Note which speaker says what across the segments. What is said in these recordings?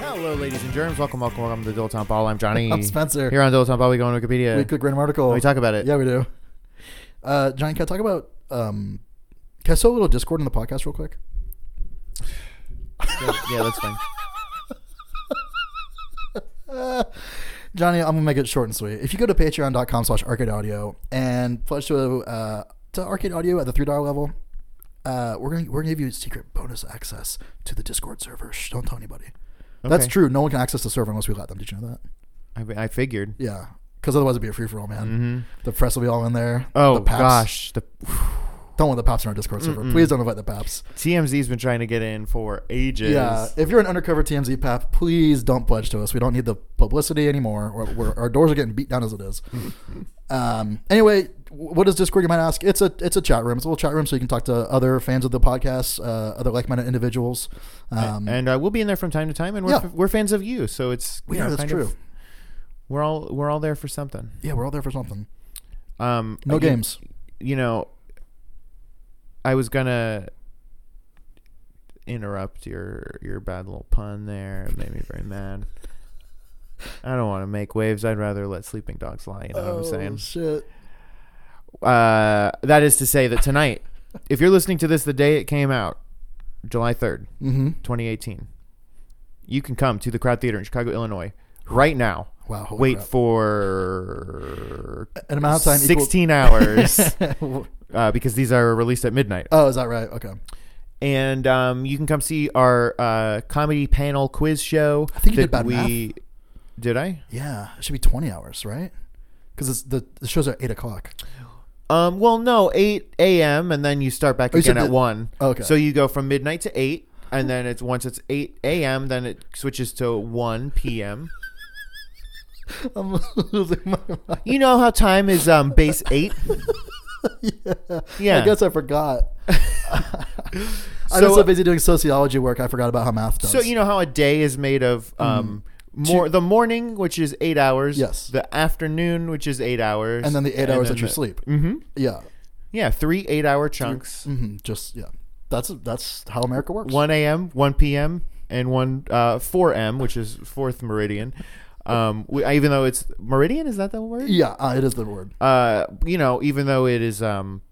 Speaker 1: Hello, ladies and germs. Welcome, welcome, welcome to Dilettante Ball. I'm Johnny.
Speaker 2: I'm Spencer.
Speaker 1: Here on Dilettante Ball, we go on Wikipedia.
Speaker 2: we could write an article.
Speaker 1: We talk about it.
Speaker 2: Yeah, we do. Uh, John, can I talk about? Um, can I throw a little Discord in the podcast real quick?
Speaker 1: Yeah, yeah, that's fine.
Speaker 2: Uh, Johnny, I'm gonna make it short and sweet. If you go to patreon.com slash arcade audio and pledge to uh, to arcade audio at the three dollar level, uh, we're gonna we're gonna give you secret bonus access to the Discord server. Shh, don't tell anybody. That's
Speaker 1: Okay.
Speaker 2: true. No one can access the server unless we let them. Did you know that?
Speaker 1: I, I figured.
Speaker 2: Yeah. Because otherwise it'd be a free for all, man.
Speaker 1: Mm-hmm.
Speaker 2: The press will be all in there.
Speaker 1: Oh
Speaker 2: the paps.
Speaker 1: gosh, the
Speaker 2: Don't want the paps in our Discord server.
Speaker 1: Mm-mm.
Speaker 2: Please don't invite the paps.
Speaker 1: TMZ's been trying to get in for ages.
Speaker 2: Yeah, if you're an undercover TMZ pap, please don't pledge to us. We don't need the publicity anymore. Or we're, our doors are getting beat down as it is. um, anyway, what is Discord? You might ask. It's a it's a chat room. It's a little chat room, so you can talk to other fans of the podcast, uh, other like-minded individuals. Um,
Speaker 1: and uh, we'll be in there from time to time, and we're,
Speaker 2: Yeah.
Speaker 1: we're fans of you, so it's
Speaker 2: we
Speaker 1: you
Speaker 2: are.
Speaker 1: know,
Speaker 2: That's
Speaker 1: kind
Speaker 2: true.
Speaker 1: of- we're all we're all there for something.
Speaker 2: yeah, we're all there for something.
Speaker 1: Um,
Speaker 2: No
Speaker 1: you-
Speaker 2: games.
Speaker 1: You know, I was gonna interrupt your your bad little pun there. It made me very mad. I don't want to make waves. I'd rather let sleeping dogs lie. You know what I'm saying?
Speaker 2: Oh, shit.
Speaker 1: Uh, that is to say that tonight, if you're listening to this the day it came out, July 3rd,
Speaker 2: Mm-hmm.
Speaker 1: 2018, you can come to the Crowd Theater in Chicago, Illinois, right now.
Speaker 2: Wow. holy
Speaker 1: Wait
Speaker 2: crap.
Speaker 1: for
Speaker 2: an amount of time. equal-
Speaker 1: 16 hours uh, because these are released at midnight.
Speaker 2: oh, is that right? Okay.
Speaker 1: And um, you can come see our uh, comedy panel quiz show.
Speaker 2: I think you did bad
Speaker 1: Did I?
Speaker 2: Yeah, it should be 20 hours, right? Because the the shows are eight o'clock.
Speaker 1: Um, well, no, 8 a.m. and then you start back
Speaker 2: Oh, you
Speaker 1: again
Speaker 2: said
Speaker 1: at
Speaker 2: the-
Speaker 1: 1.
Speaker 2: Okay.
Speaker 1: So you go from midnight to 8, and then it's once it's 8 a.m., then it switches to 1 p.m.
Speaker 2: I'm losing my mind.
Speaker 1: You know how time is um, base 8?
Speaker 2: yeah.
Speaker 1: Yeah.
Speaker 2: I guess I forgot. I
Speaker 1: So-
Speaker 2: was so busy doing sociology work, I forgot about how math does. Mm-hmm.
Speaker 1: So you know how a day is made of um, more the morning, which is 8 hours.
Speaker 2: Yes.
Speaker 1: The afternoon, which is 8 hours.
Speaker 2: and then the eight hours that you sleep.
Speaker 1: hmm
Speaker 2: Yeah.
Speaker 1: Yeah, three 8-hour chunks.
Speaker 2: hmm Just yeah. That's that's how America works.
Speaker 1: 1 a.m., 1 p.m., and 1 uh, 4 m, which is fourth meridian. Um, we, even though it's meridian, is that the word?
Speaker 2: Yeah, uh, it is the word.
Speaker 1: Uh, you know, even though it is um,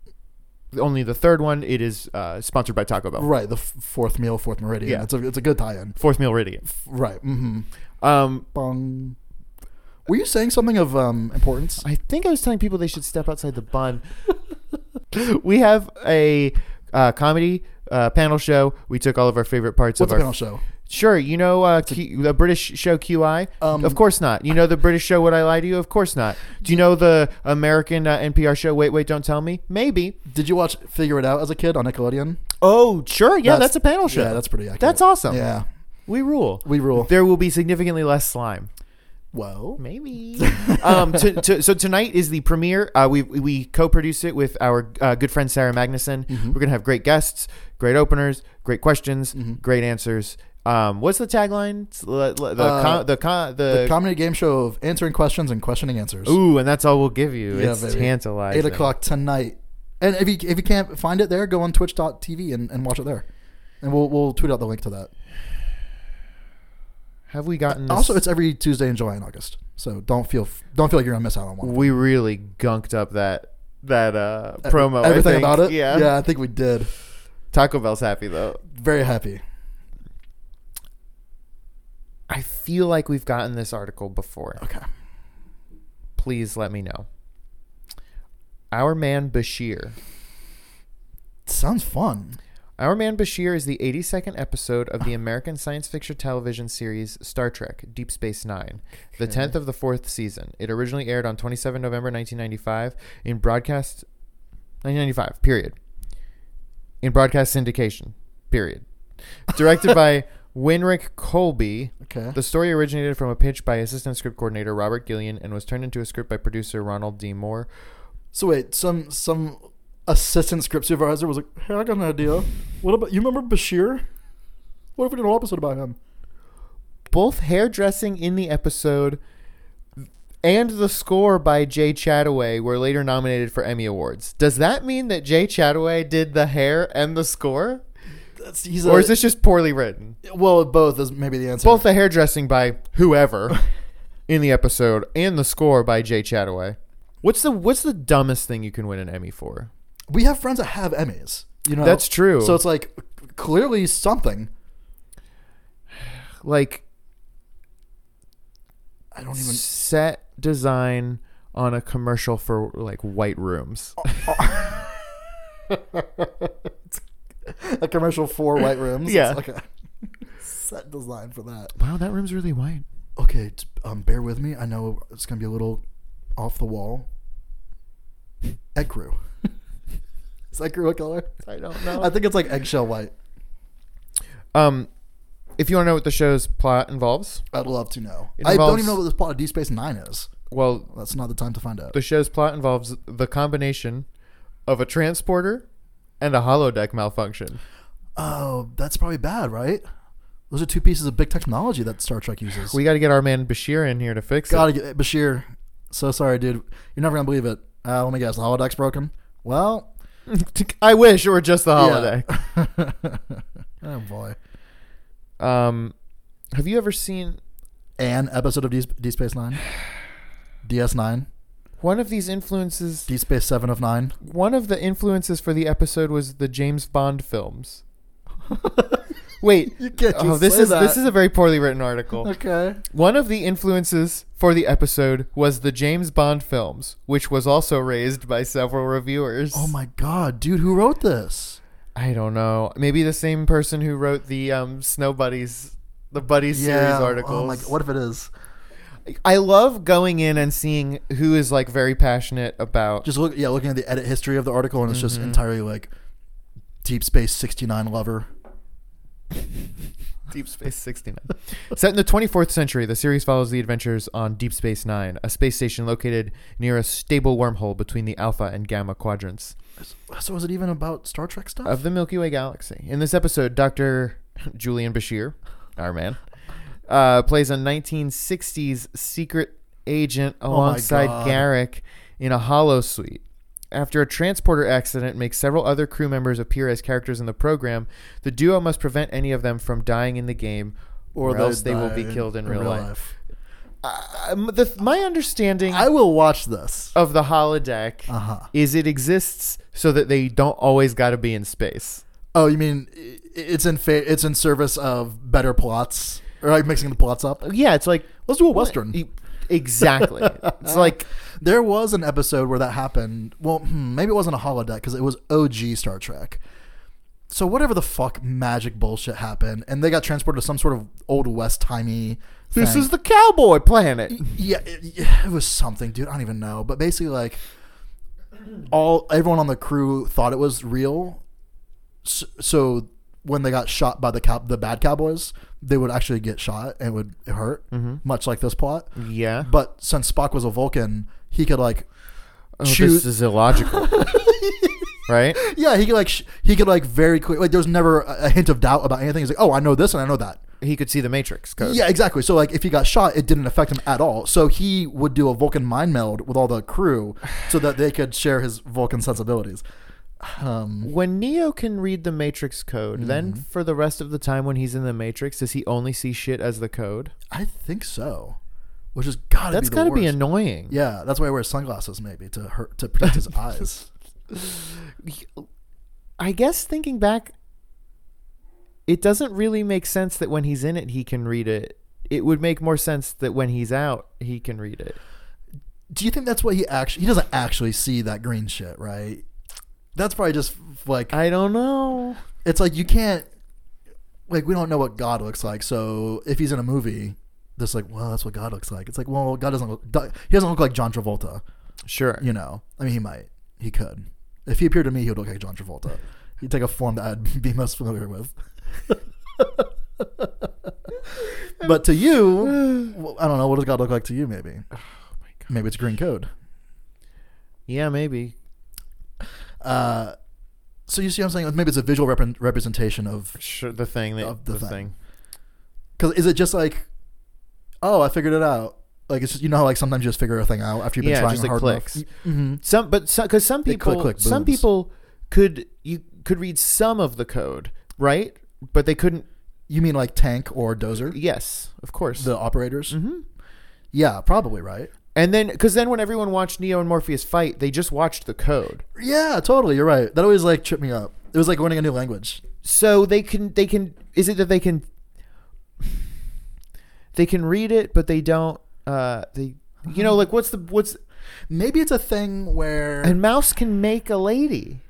Speaker 1: only the third one, it is uh, sponsored by Taco Bell.
Speaker 2: Right. The f- fourth meal, fourth meridian.
Speaker 1: Yeah.
Speaker 2: It's a it's a good tie-in.
Speaker 1: Fourth meal meridian.
Speaker 2: Right. Mm-hmm.
Speaker 1: Um,
Speaker 2: Bong. Were you saying something of um, importance?
Speaker 1: I think I was telling people they should step outside the bun. we have a uh, comedy uh, panel show. We took all of our favorite parts
Speaker 2: What's
Speaker 1: of
Speaker 2: a
Speaker 1: our
Speaker 2: panel show?
Speaker 1: Sure, you know uh, Q, the British show QI.
Speaker 2: Um,
Speaker 1: of course not. You know the British show Would I Lie to You? Of course not. Do you know the American uh, NPR show Wait Wait Don't Tell Me? Maybe.
Speaker 2: Did you watch Figure It Out as a kid on Nickelodeon?
Speaker 1: Oh, sure. Yeah, that's, a panel show.
Speaker 2: Yeah, that's pretty accurate.
Speaker 1: That's awesome.
Speaker 2: Yeah,
Speaker 1: We rule.
Speaker 2: we rule.
Speaker 1: There will be significantly less slime.
Speaker 2: well,
Speaker 1: Maybe. um, to, to, so tonight is the premiere. Uh, we we co-produce it with our uh, good friend Sarah Magnuson. We're gonna have great guests, great openers, great questions, great answers. Um, what's the tagline? It's The the
Speaker 2: Uh,
Speaker 1: con, the, con, the,
Speaker 2: the comedy game show of answering questions and questioning answers.
Speaker 1: Uh, ooh, and that's all we'll give you.
Speaker 2: Yeah,
Speaker 1: it's
Speaker 2: baby.
Speaker 1: tantalizing.
Speaker 2: Eight o'clock tonight. And if you if you can't find it there, go on Twitch.tv and, and watch it there, and we'll we'll tweet out the link to that.
Speaker 1: Have we gotten? This?
Speaker 2: Also, it's every Tuesday in July and August, so don't feel don't feel like you're gonna miss out on one.
Speaker 1: we really gunked up that that uh,
Speaker 2: Every-
Speaker 1: promo. I
Speaker 2: everything
Speaker 1: think.
Speaker 2: about it.
Speaker 1: Yeah.
Speaker 2: yeah, I think we did.
Speaker 1: Taco Bell's happy though.
Speaker 2: Very happy.
Speaker 1: I feel like we've gotten this article before.
Speaker 2: Okay.
Speaker 1: Please let me know. Our man Bashir.
Speaker 2: Sounds fun.
Speaker 1: Our Man Bashir is the 82nd episode of the American science fiction television series Star Trek Deep Space Nine, the 10th of the fourth season. It originally aired on 27 November 1995 in broadcast 1995, period. In broadcast syndication, period. Directed by Winrick Colby.
Speaker 2: Okay.
Speaker 1: The story originated from a pitch by assistant script coordinator Robert Gillian and was turned into a script by producer Ronald D. Moore.
Speaker 2: So wait, some some assistant script supervisor was like, "Hey, I got an idea. What about you remember Bashir? What if we did an whole episode about him?"
Speaker 1: both hairdressing in the episode and the score by Jay Chataway were later nominated for Emmy Awards. Does that mean that Jay Chataway did the hair and the score?
Speaker 2: That's, he's
Speaker 1: or
Speaker 2: a-
Speaker 1: is this just poorly written?
Speaker 2: well, both is maybe the answer.
Speaker 1: Both the hairdressing by whoever in the episode and the score by Jay Chataway. What's the what's the dumbest thing you can win an Emmy for?
Speaker 2: we have friends that have Emmys. You know,
Speaker 1: That's true.
Speaker 2: So it's like clearly something.
Speaker 1: Like
Speaker 2: I don't even.
Speaker 1: set design on a commercial for like white rooms.
Speaker 2: a commercial for white rooms.
Speaker 1: Yeah.
Speaker 2: It's like a set design for that.
Speaker 1: Wow, that room's really white.
Speaker 2: Okay, t- um, bear with me. I know it's gonna be a little off the wall. Ecru. Is ecru a color?
Speaker 1: I don't know.
Speaker 2: I think it's like eggshell white.
Speaker 1: Uh, Um, if you want to know what the show's plot involves,
Speaker 2: I'd love to know.
Speaker 1: It
Speaker 2: I don't
Speaker 1: involves-
Speaker 2: even know what this plot of D Space Nine is.
Speaker 1: well,
Speaker 2: That's not the time to find out.
Speaker 1: the show's plot involves the combination of a transporter and a holodeck malfunction.
Speaker 2: Oh, that's probably bad, right? Those are two pieces of big technology that Star Trek uses.
Speaker 1: We got to get our man Bashir in here to fix
Speaker 2: Gotta
Speaker 1: it.
Speaker 2: get Bashir. So sorry, dude. You're never gonna believe it. Uh, let me guess. The holodeck's broken. Well,
Speaker 1: I wish it were just the holodeck.
Speaker 2: holodeck. oh boy.
Speaker 1: Um, have you ever seen
Speaker 2: An episode of D, D Space Nine, DS Nine,
Speaker 1: one of these influences?
Speaker 2: D Space Seven of Nine.
Speaker 1: One of the influences for the episode was the James Bond films. Wait,
Speaker 2: You can't
Speaker 1: oh,
Speaker 2: just
Speaker 1: this
Speaker 2: say
Speaker 1: is this
Speaker 2: that.
Speaker 1: is a very poorly written article.
Speaker 2: Okay.
Speaker 1: One of the influences for the episode was the James Bond films, which was also raised by several reviewers.
Speaker 2: Oh my God, dude, who wrote this?
Speaker 1: I don't know. Maybe the same person who wrote the um, Snow Buddies, the Buddies series articles.
Speaker 2: Oh my. What if it is?
Speaker 1: I love going in and seeing who is like very passionate about.
Speaker 2: Just look. Yeah, looking at the edit history of the article, and it's just
Speaker 1: Mm-hmm.
Speaker 2: entirely like Deep Space Sixty Nine lover.
Speaker 1: Deep Space 69. Set in the 24th century, the series follows the adventures on Deep Space Nine, a space station located near a stable wormhole between the Alpha and Gamma quadrants.
Speaker 2: So is it even about Star Trek stuff?
Speaker 1: of the Milky Way galaxy. In this episode, Dr. Julian Bashir, our man, uh, plays a 1960s secret agent
Speaker 2: my
Speaker 1: alongside
Speaker 2: God.
Speaker 1: Garrick in a hollow suite. After a transporter accident makes several other crew members appear as characters in the program, the duo must prevent any of them from dying in the game, or, else they will be
Speaker 2: die
Speaker 1: killed in, real, life. Uh, m- the, my understanding
Speaker 2: I will watch this.
Speaker 1: of the holodeck
Speaker 2: Uh huh.
Speaker 1: is it exists so that they don't always got to be in space.
Speaker 2: Oh, you mean i- it's in fa- it's in service of better plots or like mixing the plots up?
Speaker 1: Yeah, it's like
Speaker 2: Let's do a western.
Speaker 1: E- Exactly. it's like
Speaker 2: There was an episode where that happened. Well, hmm, maybe it wasn't a holodeck because it was OG Star Trek. So whatever the fuck magic bullshit happened, and they got transported to some sort of old west timey.
Speaker 1: this is the cowboy planet.
Speaker 2: yeah, it, yeah, it was something, dude. I don't even know, but basically, like all everyone on the crew thought it was real. So, so when they got shot by the cow, the bad cowboys, they would actually get shot and it would hurt,
Speaker 1: Mm-hmm.
Speaker 2: much like this plot.
Speaker 1: Yeah.
Speaker 2: But since Spock was a Vulcan, he could like
Speaker 1: Oh, This
Speaker 2: choose.
Speaker 1: is illogical. right?
Speaker 2: yeah, he could like sh- he could like very quick. Like there was never a a hint of doubt about anything. He's like, oh, I know this and I know that.
Speaker 1: He could see the Matrix code.
Speaker 2: Yeah, exactly. So like if he got shot, it didn't affect him at all. So he would do a Vulcan mind meld with all the crew so that they could share his Vulcan sensibilities. Um,
Speaker 1: When Neo can read the Matrix code,
Speaker 2: Mm-hmm.
Speaker 1: then for the rest of the time when he's in the Matrix, does he only see shit as the code?
Speaker 2: I think so. Which is gotta
Speaker 1: That's
Speaker 2: be the
Speaker 1: got to be
Speaker 2: worst.
Speaker 1: annoying.
Speaker 2: yeah, that's why he wears sunglasses maybe to hurt to protect his eyes.
Speaker 1: I guess thinking back, it doesn't really make sense that when he's in it, he can read it. It would make more sense that when he's out, he can read it.
Speaker 2: Do you think that's what he actually? He doesn't actually see that green shit, right? That's probably just like
Speaker 1: I don't know.
Speaker 2: it's like you can't like we don't know what God looks like. So if he's in a movie, that's like, well, that's what God looks like. It's like, well, God doesn't look. He doesn't look like John Travolta.
Speaker 1: Sure.
Speaker 2: You know, I mean, he might, he could. If he appeared to me, he would look like John Travolta. He'd take a form that I'd be most familiar with. but to you, well, I don't know. What does God look like to you? Maybe. Maybe it's green code.
Speaker 1: Yeah, maybe.
Speaker 2: Uh, so you see what I'm saying? Maybe it's a visual rep- representation of
Speaker 1: Sure, the thing that
Speaker 2: Of
Speaker 1: the,
Speaker 2: the
Speaker 1: thing.
Speaker 2: thing. Because is it just like, oh, I figured it out? Like it's just you know how like sometimes you just figure a thing out after you've been
Speaker 1: Yeah,
Speaker 2: trying
Speaker 1: just like
Speaker 2: hard
Speaker 1: clicks.
Speaker 2: enough. Mm-hmm.
Speaker 1: Some, but because some
Speaker 2: They
Speaker 1: people,
Speaker 2: click, click,
Speaker 1: some
Speaker 2: booms.
Speaker 1: people could you could read some of the code, right? But they couldn't.
Speaker 2: You mean like tank or dozer,
Speaker 1: Yes, of course.
Speaker 2: the operators?
Speaker 1: hmm
Speaker 2: Yeah, probably right.
Speaker 1: And then, because then when everyone watched Neo and Morpheus fight, they just watched the code,
Speaker 2: Yeah, totally. You're right. That always like tripped me up. It was like learning a new language.
Speaker 1: so they can they can. Is it that they can they can read it, but they don't? Uh, they you know like what's the what's
Speaker 2: Maybe it's a thing where
Speaker 1: and Mouse can make a lady.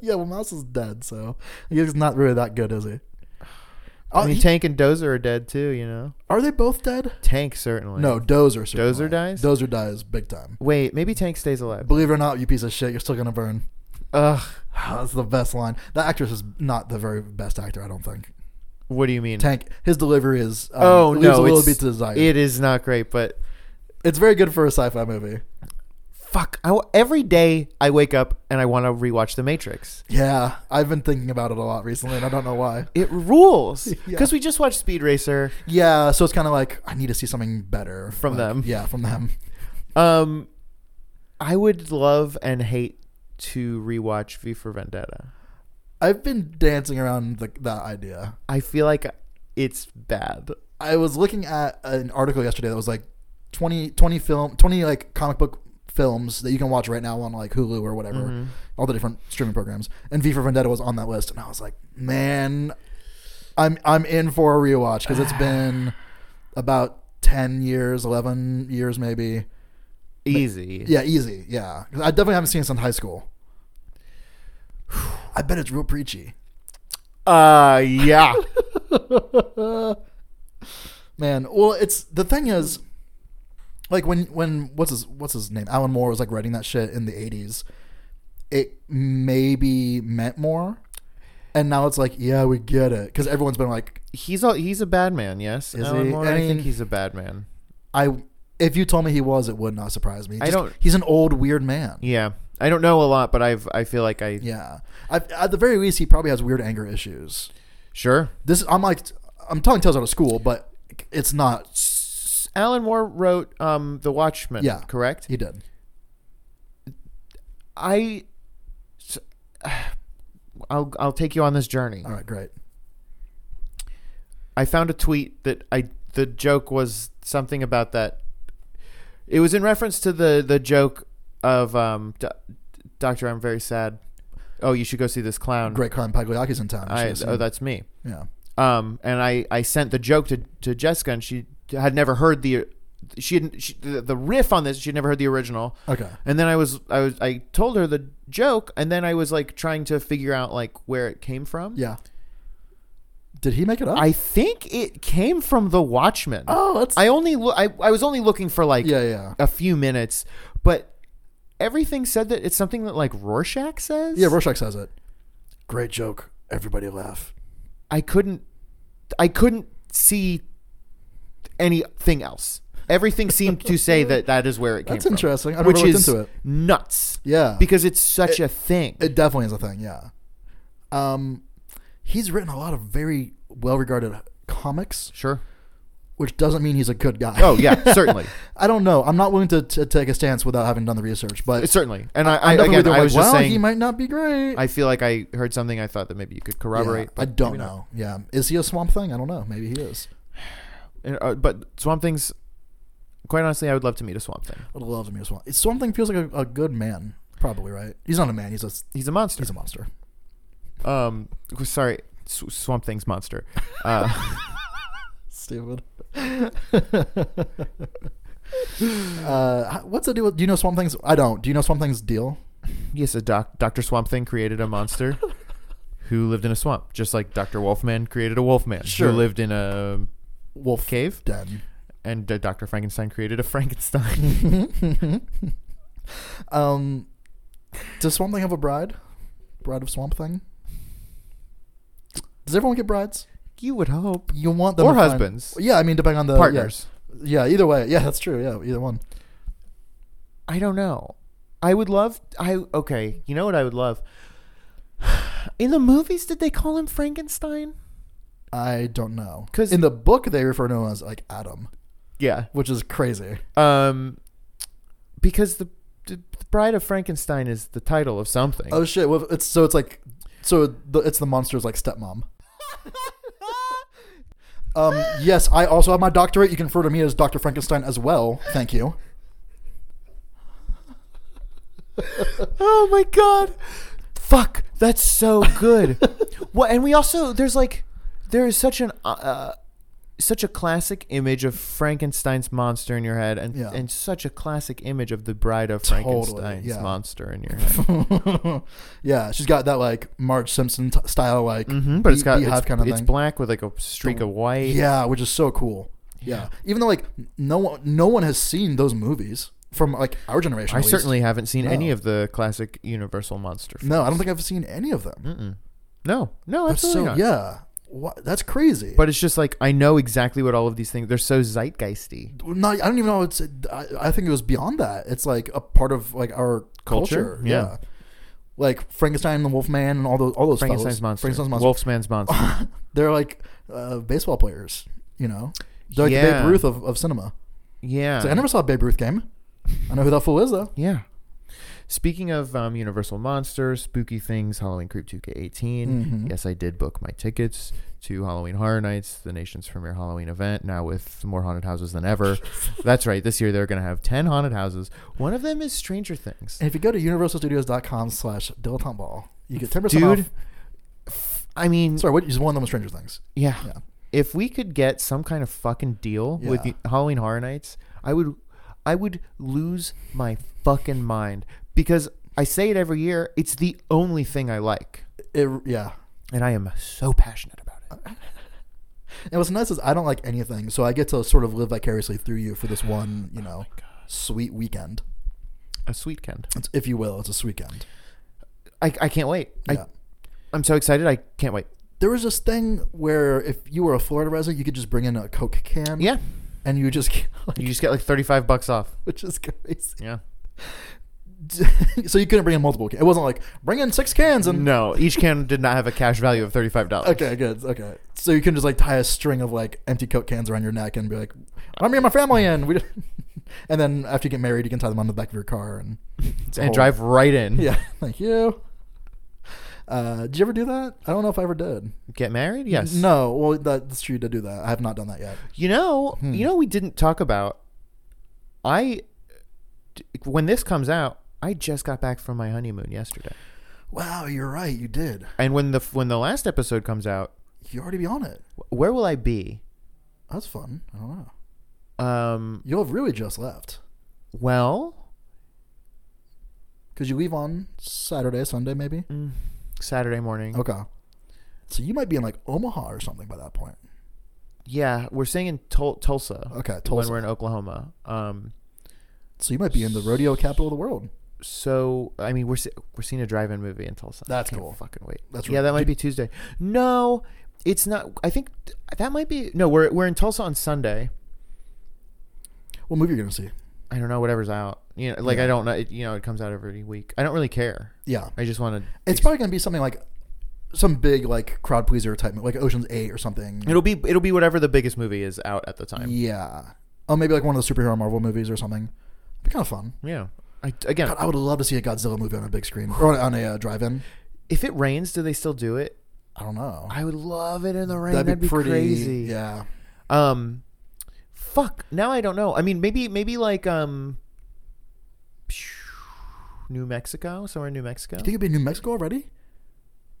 Speaker 2: yeah, well, Mouse is dead, so he's not really that good, is he?
Speaker 1: I
Speaker 2: Oh,
Speaker 1: mean,
Speaker 2: he-
Speaker 1: Tank and Dozer are dead too. You know,
Speaker 2: are they both dead?
Speaker 1: Tank certainly.
Speaker 2: No, Dozer. Certainly.
Speaker 1: Dozer dies?
Speaker 2: Dozer dies big time.
Speaker 1: Wait, maybe Tank stays alive.
Speaker 2: Believe it or not, you piece of shit, you're still gonna burn.
Speaker 1: Ugh.
Speaker 2: That's the best line. That actress is not the very best actor, I don't think.
Speaker 1: What do you mean?
Speaker 2: Tank, his delivery is um,
Speaker 1: oh
Speaker 2: leaves
Speaker 1: no,
Speaker 2: a little
Speaker 1: it's,
Speaker 2: bit to desire.
Speaker 1: it is not great. But
Speaker 2: it's very good for a sci-fi movie.
Speaker 1: fuck, I, every day I wake up and I want to rewatch The Matrix.
Speaker 2: Yeah, I've been thinking about it a lot recently, and I don't know why.
Speaker 1: It rules
Speaker 2: Yeah.
Speaker 1: because we just watched Speed Racer.
Speaker 2: Yeah, so it's kind of like I need to see something better
Speaker 1: From
Speaker 2: Like,
Speaker 1: them.
Speaker 2: Yeah, from them.
Speaker 1: Um, I would love and hate to rewatch V for Vendetta.
Speaker 2: I've been dancing around the, that idea.
Speaker 1: I feel like it's bad.
Speaker 2: I was looking at an article yesterday that was like 20, 20 film, twenty like comic book films that you can watch right now on like Hulu or whatever, all the different streaming programs. And V for Vendetta was on that list, and I was like, man, I'm I'm in for a rewatch because it's been about ten years, eleven years maybe.
Speaker 1: Easy.
Speaker 2: Yeah, easy. Yeah, 'Cause I definitely haven't seen it since high school. I bet it's real preachy.
Speaker 1: Uh, yeah.
Speaker 2: Man, well, it's the thing is, like when when what's his what's his name Alan Moore was like writing that shit in the eighties, it maybe meant more, and now it's like yeah we get it because everyone's been like
Speaker 1: he's a he's a bad man. Yes,
Speaker 2: Is
Speaker 1: Alan
Speaker 2: he?
Speaker 1: Moore,
Speaker 2: I
Speaker 1: I,
Speaker 2: mean-
Speaker 1: think he's a bad man.
Speaker 2: I if you told me he was it would not surprise me.
Speaker 1: I don't-
Speaker 2: He's an old weird man. Yeah.
Speaker 1: Yeah, I don't know a lot, but I've I feel like I
Speaker 2: I, at the very least, he probably has weird anger issues.
Speaker 1: sure.
Speaker 2: This I'm like I'm telling tales out of school, but it's not.
Speaker 1: Alan Moore wrote um, The Watchmen.
Speaker 2: Yeah.
Speaker 1: correct.
Speaker 2: He did.
Speaker 1: I, will I'll take you on this journey.
Speaker 2: All right, great.
Speaker 1: I found a tweet that I the joke was something about that. It was in reference to the the joke of um, Do- Doctor. I'm very sad. Oh, you should go see this clown.
Speaker 2: Great crime. Pagliacci's in town. You
Speaker 1: I,
Speaker 2: should've seen
Speaker 1: oh,
Speaker 2: him.
Speaker 1: that's me.
Speaker 2: yeah.
Speaker 1: um, and I, I sent the joke to, to Jessica, and she had never heard the she hadn't she, the the riff on this. She had never heard the original.
Speaker 2: Okay.
Speaker 1: And then I was I was I told her the joke, and then I was like trying to figure out like where it came from.
Speaker 2: Yeah. Did he make it up?
Speaker 1: I think it came from The Watchmen.
Speaker 2: oh, that's
Speaker 1: I only lo- I I was only looking for like
Speaker 2: yeah, yeah,
Speaker 1: a few minutes, but everything said that it's something that like Rorschach says.
Speaker 2: yeah. Rorschach says it. Great joke. Everybody laugh.
Speaker 1: I couldn't I couldn't see anything else. Everything seemed to say that that is where it came
Speaker 2: That's
Speaker 1: from.
Speaker 2: interesting. I never
Speaker 1: which
Speaker 2: looked
Speaker 1: is
Speaker 2: into it.
Speaker 1: nuts
Speaker 2: Yeah,
Speaker 1: because it's such a thing.
Speaker 2: it definitely is a thing. Yeah. Um, he's written a lot of very well-regarded comics,
Speaker 1: sure.
Speaker 2: which doesn't mean he's a good guy.
Speaker 1: Oh yeah, certainly,
Speaker 2: I don't know. I'm not willing to, to take a stance without having done the research, but
Speaker 1: certainly. And I, I
Speaker 2: I'm definitely
Speaker 1: again,
Speaker 2: like,
Speaker 1: I was just
Speaker 2: well, he
Speaker 1: saying.
Speaker 2: might not be great.
Speaker 1: I feel like I heard something. I thought that maybe you could
Speaker 2: Yeah,
Speaker 1: corroborate.
Speaker 2: I
Speaker 1: but
Speaker 2: don't
Speaker 1: maybe not.
Speaker 2: know. Yeah, is he a swamp thing? I don't know. Maybe he is.
Speaker 1: And, uh, but Swamp Thing's, quite honestly, I would love to meet a Swamp Thing.
Speaker 2: Would love to meet a swamp. It's Swamp Thing feels like a, a good man, probably right. He's not a man. He's a
Speaker 1: He's a monster.
Speaker 2: he's a monster.
Speaker 1: um, sorry, Sw- Swamp Thing's monster. Uh,
Speaker 2: Stupid. uh, what's the deal? With, do you know Swamp Thing's? I don't. Do you know Swamp Thing's deal?
Speaker 1: yes, a doc, Dr. Swamp Thing created a monster who lived in a swamp, just like Dr. Wolfman created a wolfman
Speaker 2: Sure.
Speaker 1: who lived in a
Speaker 2: Wolf
Speaker 1: cave,
Speaker 2: den.
Speaker 1: and uh, Dr. Frankenstein created a Frankenstein.
Speaker 2: um, does Swamp Thing have a bride? Bride of Swamp Thing. Does everyone get brides?
Speaker 1: you would hope.
Speaker 2: You want them
Speaker 1: Or
Speaker 2: to find-
Speaker 1: husbands.
Speaker 2: yeah, I mean, depending on the yeah.
Speaker 1: Partners.
Speaker 2: Yeah, either way. Yeah, that's true. Yeah, either one.
Speaker 1: I don't know. I would love. I okay. You know what I would love. In the movies, did they call him Frankenstein?
Speaker 2: I don't know.
Speaker 1: 'Cause-
Speaker 2: in the book they refer to him as like Adam,
Speaker 1: Yeah.
Speaker 2: which is crazy.
Speaker 1: Um, because the, the Bride of Frankenstein is the title of something.
Speaker 2: Oh shit! Well, it's so it's like so the, it's the monster's like stepmom. um. Yes, I also have my doctorate. You can refer to me as Doctor Frankenstein as well. Thank you.
Speaker 1: Oh my god. Fuck, that's so good. well, and we also there's like there is such an uh, such a classic image of Frankenstein's monster in your head and
Speaker 2: Yeah.
Speaker 1: and such a classic image of the bride of
Speaker 2: Totally,
Speaker 1: Frankenstein's
Speaker 2: yeah.
Speaker 1: monster in your head.
Speaker 2: yeah, she's got that like Marge Simpson t- style like,
Speaker 1: hmm but it's
Speaker 2: bee-
Speaker 1: got
Speaker 2: beehive
Speaker 1: it's,
Speaker 2: kind of
Speaker 1: it's
Speaker 2: thing.
Speaker 1: black with like a streak of white.
Speaker 2: Yeah, which is so cool. Yeah. even though like no one no one has seen those movies from like our generation.
Speaker 1: I
Speaker 2: at least.
Speaker 1: certainly haven't seen any
Speaker 2: No.
Speaker 1: of the classic Universal monster.
Speaker 2: no. I don't think I've seen any of them.
Speaker 1: Mm-mm. No, no,
Speaker 2: That's
Speaker 1: absolutely
Speaker 2: so
Speaker 1: not.
Speaker 2: yeah. What? That's crazy.
Speaker 1: But it's just like I know exactly what all of these things. They're so zeitgeisty.
Speaker 2: not, I don't even know. It's. I, I think it was beyond that. It's like a part of like our
Speaker 1: Culture?
Speaker 2: culture.
Speaker 1: Yeah.
Speaker 2: Like Frankenstein and the Wolfman and all those all those
Speaker 1: Frankenstein's
Speaker 2: fellows.
Speaker 1: monster.
Speaker 2: Frankenstein's monster.
Speaker 1: Wolfman's monster.
Speaker 2: They're like uh, baseball players. You know. They're like the
Speaker 1: Yeah.
Speaker 2: Babe Ruth of, of cinema.
Speaker 1: yeah.
Speaker 2: It's like, I never saw a Babe Ruth game. I know who that fool is though.
Speaker 1: yeah. Speaking of um, Universal Monsters, spooky things, Halloween Creep 2K18.
Speaker 2: Mhm.
Speaker 1: Yes, I did book my tickets to Halloween Horror Nights, the nation's premier Halloween event, now with more haunted houses than ever. That's right. This year they're going to have 10 haunted houses. One of them is Stranger Things.
Speaker 2: And if you go to universalstudios.com slash dilettante ball, you get 10%
Speaker 1: Dude,
Speaker 2: off.
Speaker 1: f- I mean,
Speaker 2: Sorry, what, just one of them was Stranger Things.
Speaker 1: Yeah.
Speaker 2: Yeah.
Speaker 1: If we could get some kind of fucking deal with
Speaker 2: Yeah.
Speaker 1: the Halloween Horror Nights, I would I would lose my fucking mind because I say it every year, it's the only thing I like
Speaker 2: It, yeah.
Speaker 1: and I am so passionate about it.
Speaker 2: And what's nice is I don't like anything, so I get to sort of live vicariously through you for this one,
Speaker 1: Oh
Speaker 2: you know, sweet weekend.
Speaker 1: A sweet Kend.
Speaker 2: It's, if you will, it's a sweet weekend.
Speaker 1: I, I can't wait.
Speaker 2: Yeah.
Speaker 1: I I'm so excited. I can't wait.
Speaker 2: there was this thing where if you were a Florida resident, you could just bring in a Coke can.
Speaker 1: Yeah.
Speaker 2: And you just, get, like,
Speaker 1: You just get like 35 bucks off.
Speaker 2: which is crazy.
Speaker 1: Yeah.
Speaker 2: so you couldn't bring in multiple cans. It wasn't like, bring in six cans and.
Speaker 1: No, each can did not have a cash value of $35.
Speaker 2: Okay, good. Okay. So you can just like tie a string of like empty Coke cans around your neck and be like, I'm bringing my family in. We and then after you get married, you can tie them on the back of your car and.
Speaker 1: And drive right in.
Speaker 2: Yeah. Thank you. Uh, did you ever do that? I don't know if I ever did.
Speaker 1: Get married? Yes.
Speaker 2: No. Well, that's true to do that. I have not done that yet.
Speaker 1: You know,
Speaker 2: Hmm.
Speaker 1: you know, we didn't talk about. I, d- when this comes out, I just got back from my honeymoon yesterday,
Speaker 2: Wow, you're right. You did.
Speaker 1: and when the when the last episode comes out,
Speaker 2: You already be on it.
Speaker 1: wh- where will I be?
Speaker 2: That's fun. I don't know.
Speaker 1: Um,
Speaker 2: You'll have really just left
Speaker 1: well,
Speaker 2: because you leave on Saturday, Sunday, maybe.
Speaker 1: Mm-hmm. Saturday morning.
Speaker 2: Okay. So you might be in like Omaha or something by that point.
Speaker 1: Yeah, we're staying in Tul- Tulsa.
Speaker 2: Okay,
Speaker 1: when
Speaker 2: Tulsa.
Speaker 1: we're in Oklahoma. Um,
Speaker 2: So you might be in the rodeo capital of the world.
Speaker 1: so I mean, we're se- we're seeing a drive-in movie in Tulsa.
Speaker 2: That's
Speaker 1: I can't
Speaker 2: cool.
Speaker 1: Fucking wait.
Speaker 2: That's
Speaker 1: yeah.
Speaker 2: right.
Speaker 1: That might
Speaker 2: Did-
Speaker 1: be Tuesday. No, it's not. I think th- that might be. No, we're we're in Tulsa on Sunday.
Speaker 2: What movie are you gonna see?
Speaker 1: I don't know whatever's out. You know, like I don't know. It, you know, it comes out every week. I don't really care.
Speaker 2: Yeah,
Speaker 1: I just want to.
Speaker 2: it's probably gonna be something like some big like crowd pleaser type, like Ocean's Eight or something.
Speaker 1: It'll be it'll be whatever the biggest movie is out at the time. Yeah.
Speaker 2: yeah. Oh, maybe like one of the superhero Marvel movies or something. Be kind of fun.
Speaker 1: I, again,
Speaker 2: God, I would love to see a Godzilla movie on a big screen or on a uh, drive-in.
Speaker 1: if it rains, do they still do it?
Speaker 2: I don't know.
Speaker 1: I would love it in the rain. That'd, be, crazy.
Speaker 2: Yeah.
Speaker 1: Um, fuck. Now I don't know. I mean, maybe maybe like um, New Mexico, somewhere in New Mexico.
Speaker 2: You think it'd be in New Mexico already?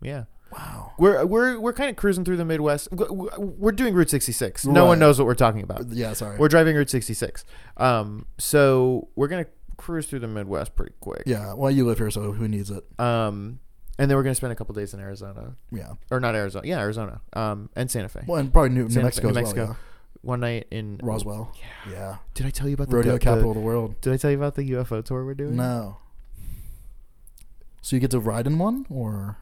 Speaker 1: Yeah.
Speaker 2: Wow.
Speaker 1: We're, we're, we're kind of cruising through the Midwest. We're- We're doing Route 66. No one
Speaker 2: Right. Uh,
Speaker 1: knows what we're talking about.
Speaker 2: Yeah. Sorry.
Speaker 1: We're driving Route 66. Um, so we're gonna cruise through the Midwest pretty quick.
Speaker 2: Yeah, well, you live here, so who needs it?
Speaker 1: Um, and then we're gonna spend a couple days in Arizona,
Speaker 2: Yeah.
Speaker 1: or not Arizona, yeah, Arizona. Um, and Santa Fe.
Speaker 2: Well, and probably New, New
Speaker 1: Santa Fe-
Speaker 2: Mexico
Speaker 1: New
Speaker 2: as well.
Speaker 1: Mexico. One night in
Speaker 2: Yeah. Roswell.
Speaker 1: Yeah.
Speaker 2: Yeah.
Speaker 1: Did I tell you about the
Speaker 2: Rodeo
Speaker 1: the-
Speaker 2: capital of the world.
Speaker 1: Did I tell you about the UFO tour we're doing?
Speaker 2: No. So you get to ride in one, or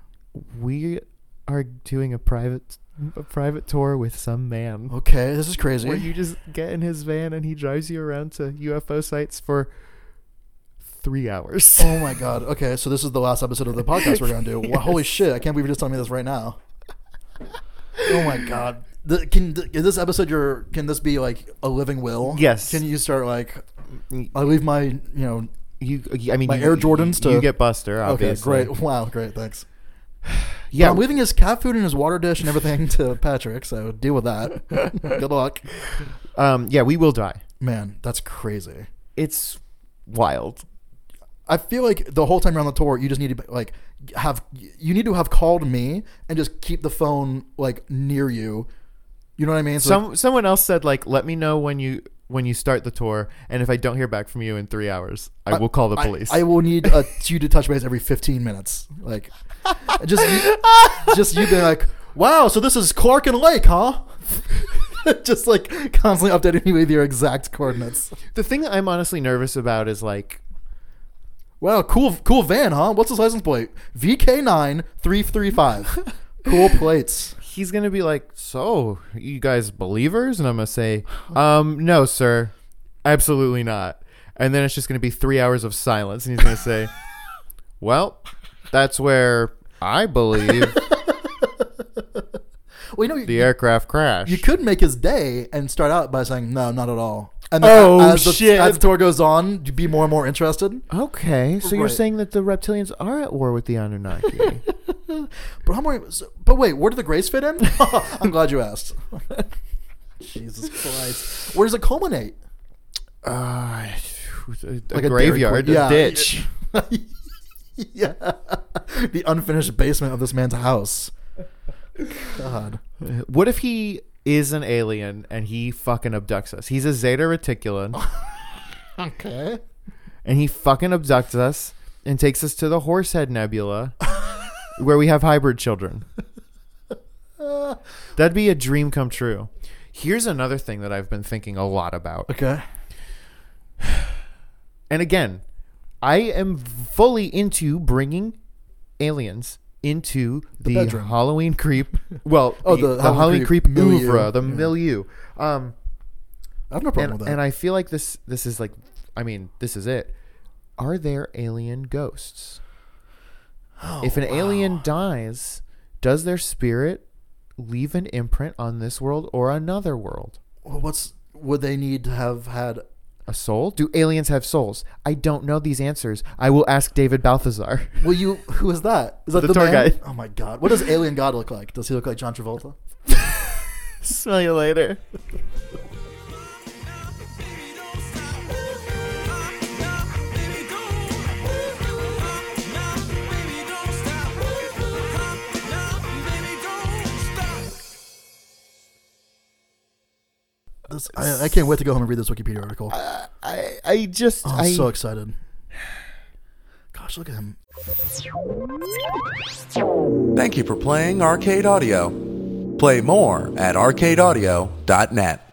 Speaker 1: We are doing a private a private tour with some man.
Speaker 2: okay, this Oh, is crazy.
Speaker 1: Where you just get in his van and he drives you around to UFO sites for three hours.
Speaker 2: Oh my god. Okay, so this is the last episode of the podcast we're gonna do. Wha- holy shit! I can't believe you're just telling me this right now. Oh my god. The, can th- is this episode your? Can this be like a living will?
Speaker 1: Yes.
Speaker 2: Can you start like? I leave my you know.
Speaker 1: You, I mean,
Speaker 2: My
Speaker 1: you,
Speaker 2: Oh, Air Jordans
Speaker 1: You,
Speaker 2: to-
Speaker 1: get Buster, obviously.
Speaker 2: Okay, great. Wow, great. Thanks. Yeah,
Speaker 1: Yeah,
Speaker 2: I'm leaving his cat food and his water dish and everything to Patrick. So deal with that. Good luck,
Speaker 1: um, yeah, we will die.
Speaker 2: man. That's crazy.
Speaker 1: It's wild.
Speaker 2: I feel like the whole time you're on the tour, you just need to like have you need to have called me and just keep the phone like near you. You know what I mean? So,
Speaker 1: Some someone else said like, "Let me know when you when you start the tour, and if I don't hear back from you in three hours, I, will call the
Speaker 2: I-
Speaker 1: police."
Speaker 2: I, will need uh you to touch base every 15 minutes. Like just you- just you be like, "Wow, so this is Clark and Lake, huh?" just like constantly updating me with your exact coordinates.
Speaker 1: the thing that I'm honestly nervous about is like,
Speaker 2: Wow, cool cool van, huh? What's his license plate? VK9335. cool plates.
Speaker 1: he's gonna be like, "So you guys believers?" And I'm gonna say, "Um, no, sir, absolutely not." And then it's just gonna be three hours of silence, and he's gonna say, "Well, that's where I believe
Speaker 2: Well, you know,
Speaker 1: the aircraft crashed."
Speaker 2: you could make his day and start out by saying no, not at all. And
Speaker 1: Oh,
Speaker 2: as the,
Speaker 1: shit.
Speaker 2: As the tour goes on, you'd be more and more interested.
Speaker 1: okay, so you're
Speaker 2: Right.
Speaker 1: saying that the reptilians are at war with the Anunnaki?
Speaker 2: But I'm worried, so- But wait, where did the grace fit in? I'm glad you asked. Jesus Christ, where does it culminate?
Speaker 1: uh, a,
Speaker 2: Like a
Speaker 1: graveyard,
Speaker 2: dairy
Speaker 1: a
Speaker 2: queen. Yeah.
Speaker 1: ditch.
Speaker 2: yeah, the unfinished basement of this man's house. God,
Speaker 1: What if he is an alien and he fucking abducts us? He's a Zeta Reticulan.
Speaker 2: okay.
Speaker 1: and he fucking abducts us and takes us to the Horsehead Nebula, where we have hybrid children. That'd be a dream come true. Here's another thing that I've been thinking a lot about.
Speaker 2: Okay.
Speaker 1: And again, I am fully into bringing aliens into the,
Speaker 2: bedroom.
Speaker 1: Halloween creep. Well,
Speaker 2: Oh,
Speaker 1: the,
Speaker 2: the
Speaker 1: the Halloween
Speaker 2: Halloween
Speaker 1: creep,
Speaker 2: creep milieu.
Speaker 1: oeuvre, the
Speaker 2: Yeah.
Speaker 1: milieu. Um,
Speaker 2: I have no problem
Speaker 1: and,
Speaker 2: with that.
Speaker 1: and I feel like this this is like I mean, this is it. Are there alien ghosts?
Speaker 2: Oh,
Speaker 1: if an alien dies, does their spirit leave an imprint on this world or another world?
Speaker 2: Well, What's would they need to have had?
Speaker 1: A soul? Do aliens have souls? I don't know these answers. I will ask David Balthazar.
Speaker 2: Will you? Who is that? Is that
Speaker 1: The
Speaker 2: the,
Speaker 1: tour
Speaker 2: man?
Speaker 1: guide.
Speaker 2: Oh my God! What does Alien God look like? Does he look like John Travolta?
Speaker 1: Smell you later.
Speaker 3: Baby, don't stop. Nah, nah, baby, don't. Nah, baby, don't stop. Nah, baby, don't stop.
Speaker 2: This, I, I can't wait to go home and read this Wikipedia article.
Speaker 1: I I just
Speaker 2: Oh, I'm
Speaker 1: I
Speaker 2: so excited. Gosh, look at him.
Speaker 4: Thank you for playing Arcade Audio. Play more at arcadeaudio.net.